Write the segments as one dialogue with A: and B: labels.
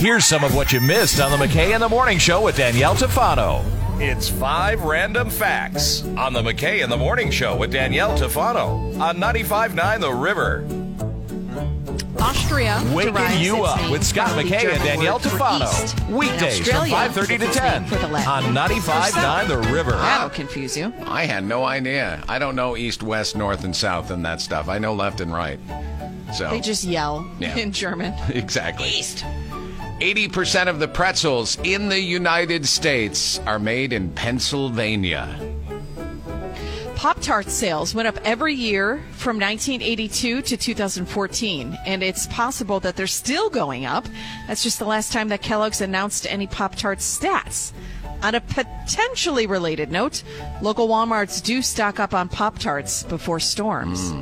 A: Here's some of what you missed on the McKay in the Morning Show with Danielle Tafano. It's five random facts on the McKay in the Morning Show with Danielle Tafano on 95.9 The River.
B: Austria.
A: Waking
B: derives
A: you
B: its
A: up
B: name
A: with Scott
B: from the
A: McKay and
B: German
A: Danielle
B: word for east,
A: Tafano.
B: and
A: Weekdays from
B: Australia
A: 5.30 to
B: gets its name for the
A: 10
B: Latin
A: on
B: for
A: 95.9
B: south.
A: The River.
B: That'll confuse you.
C: I had no idea. I don't know east, west, north, and south and that stuff. I know left and right. So
A: Oh.
B: They just yell
C: Yeah.
B: in German.
C: exactly east. Eighty percent of the pretzels in the United States are made in Pennsylvania.
B: Pop Tart sales went up every year from 1982 to 2014, and it's possible that they're still going up. That's just the last time that Kellogg's announced any Pop Tart stats. On a potentially related note, local Walmarts do stock up on Pop Tarts before storms.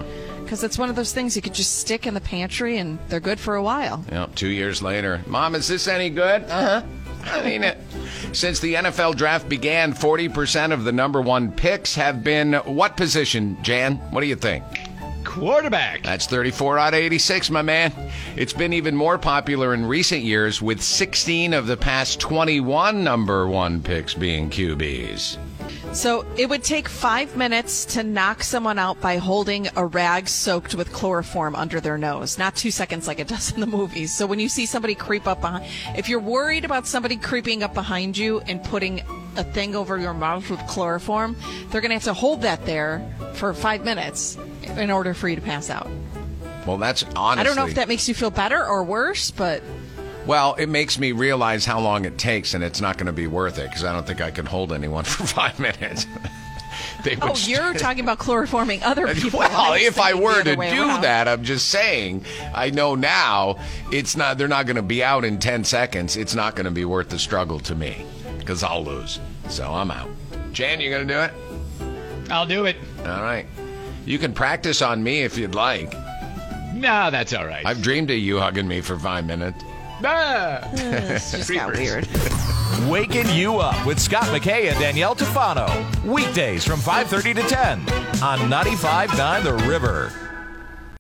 B: Because it's one of those things you could just stick in the pantry and they're good for a while.
C: Yep, two years later. Mom, is this any good?
B: Uh-huh.
C: Uh huh. I mean it. Since the NFL draft began, forty percent of the number one picks have been what position, Jan? What do you think?
D: Quarterback.
C: That's 34 out of 86, my man. It's been even more popular in recent years, with 16 of the past 21 number one picks being QBs.
B: So it would take five minutes to knock someone out by holding a rag soaked with chloroform under their nose, not two seconds like it does in the movies. So when you see somebody creep up behind, if you're worried about somebody creeping up behind you and putting a thing over your mouth with chloroform, they're going to have to hold that there for five minutes in order for you to pass out.
C: Well, that's honestly.
B: I don't know if that makes you feel better or worse, but
C: Well, it makes me realize how long it takes, and it's not going to be worth it because I don't think I can hold anyone for five minutes. they would
B: oh, you're talking about chloroforming other people.
C: Well,
B: was
C: if I
B: thinking the
C: were
B: other
C: to do
B: way around.
C: that, I'm just saying. I know now it's not. They're not going to be out in ten seconds. It's not going to be worth the struggle to me because I'll lose. So I'm out. Jan, you going to do it?
D: I'll do it.
C: All right. You can practice on me if you'd like.
D: No, that's all right.
C: I've dreamed of you hugging me for five minutes.
D: Ah.
B: It's just got
D: Creepers.
B: weird.
A: Waking you up with Scott McKay and Danielle Tafano. Weekdays from 5.30 to 10 on 95.9 The River.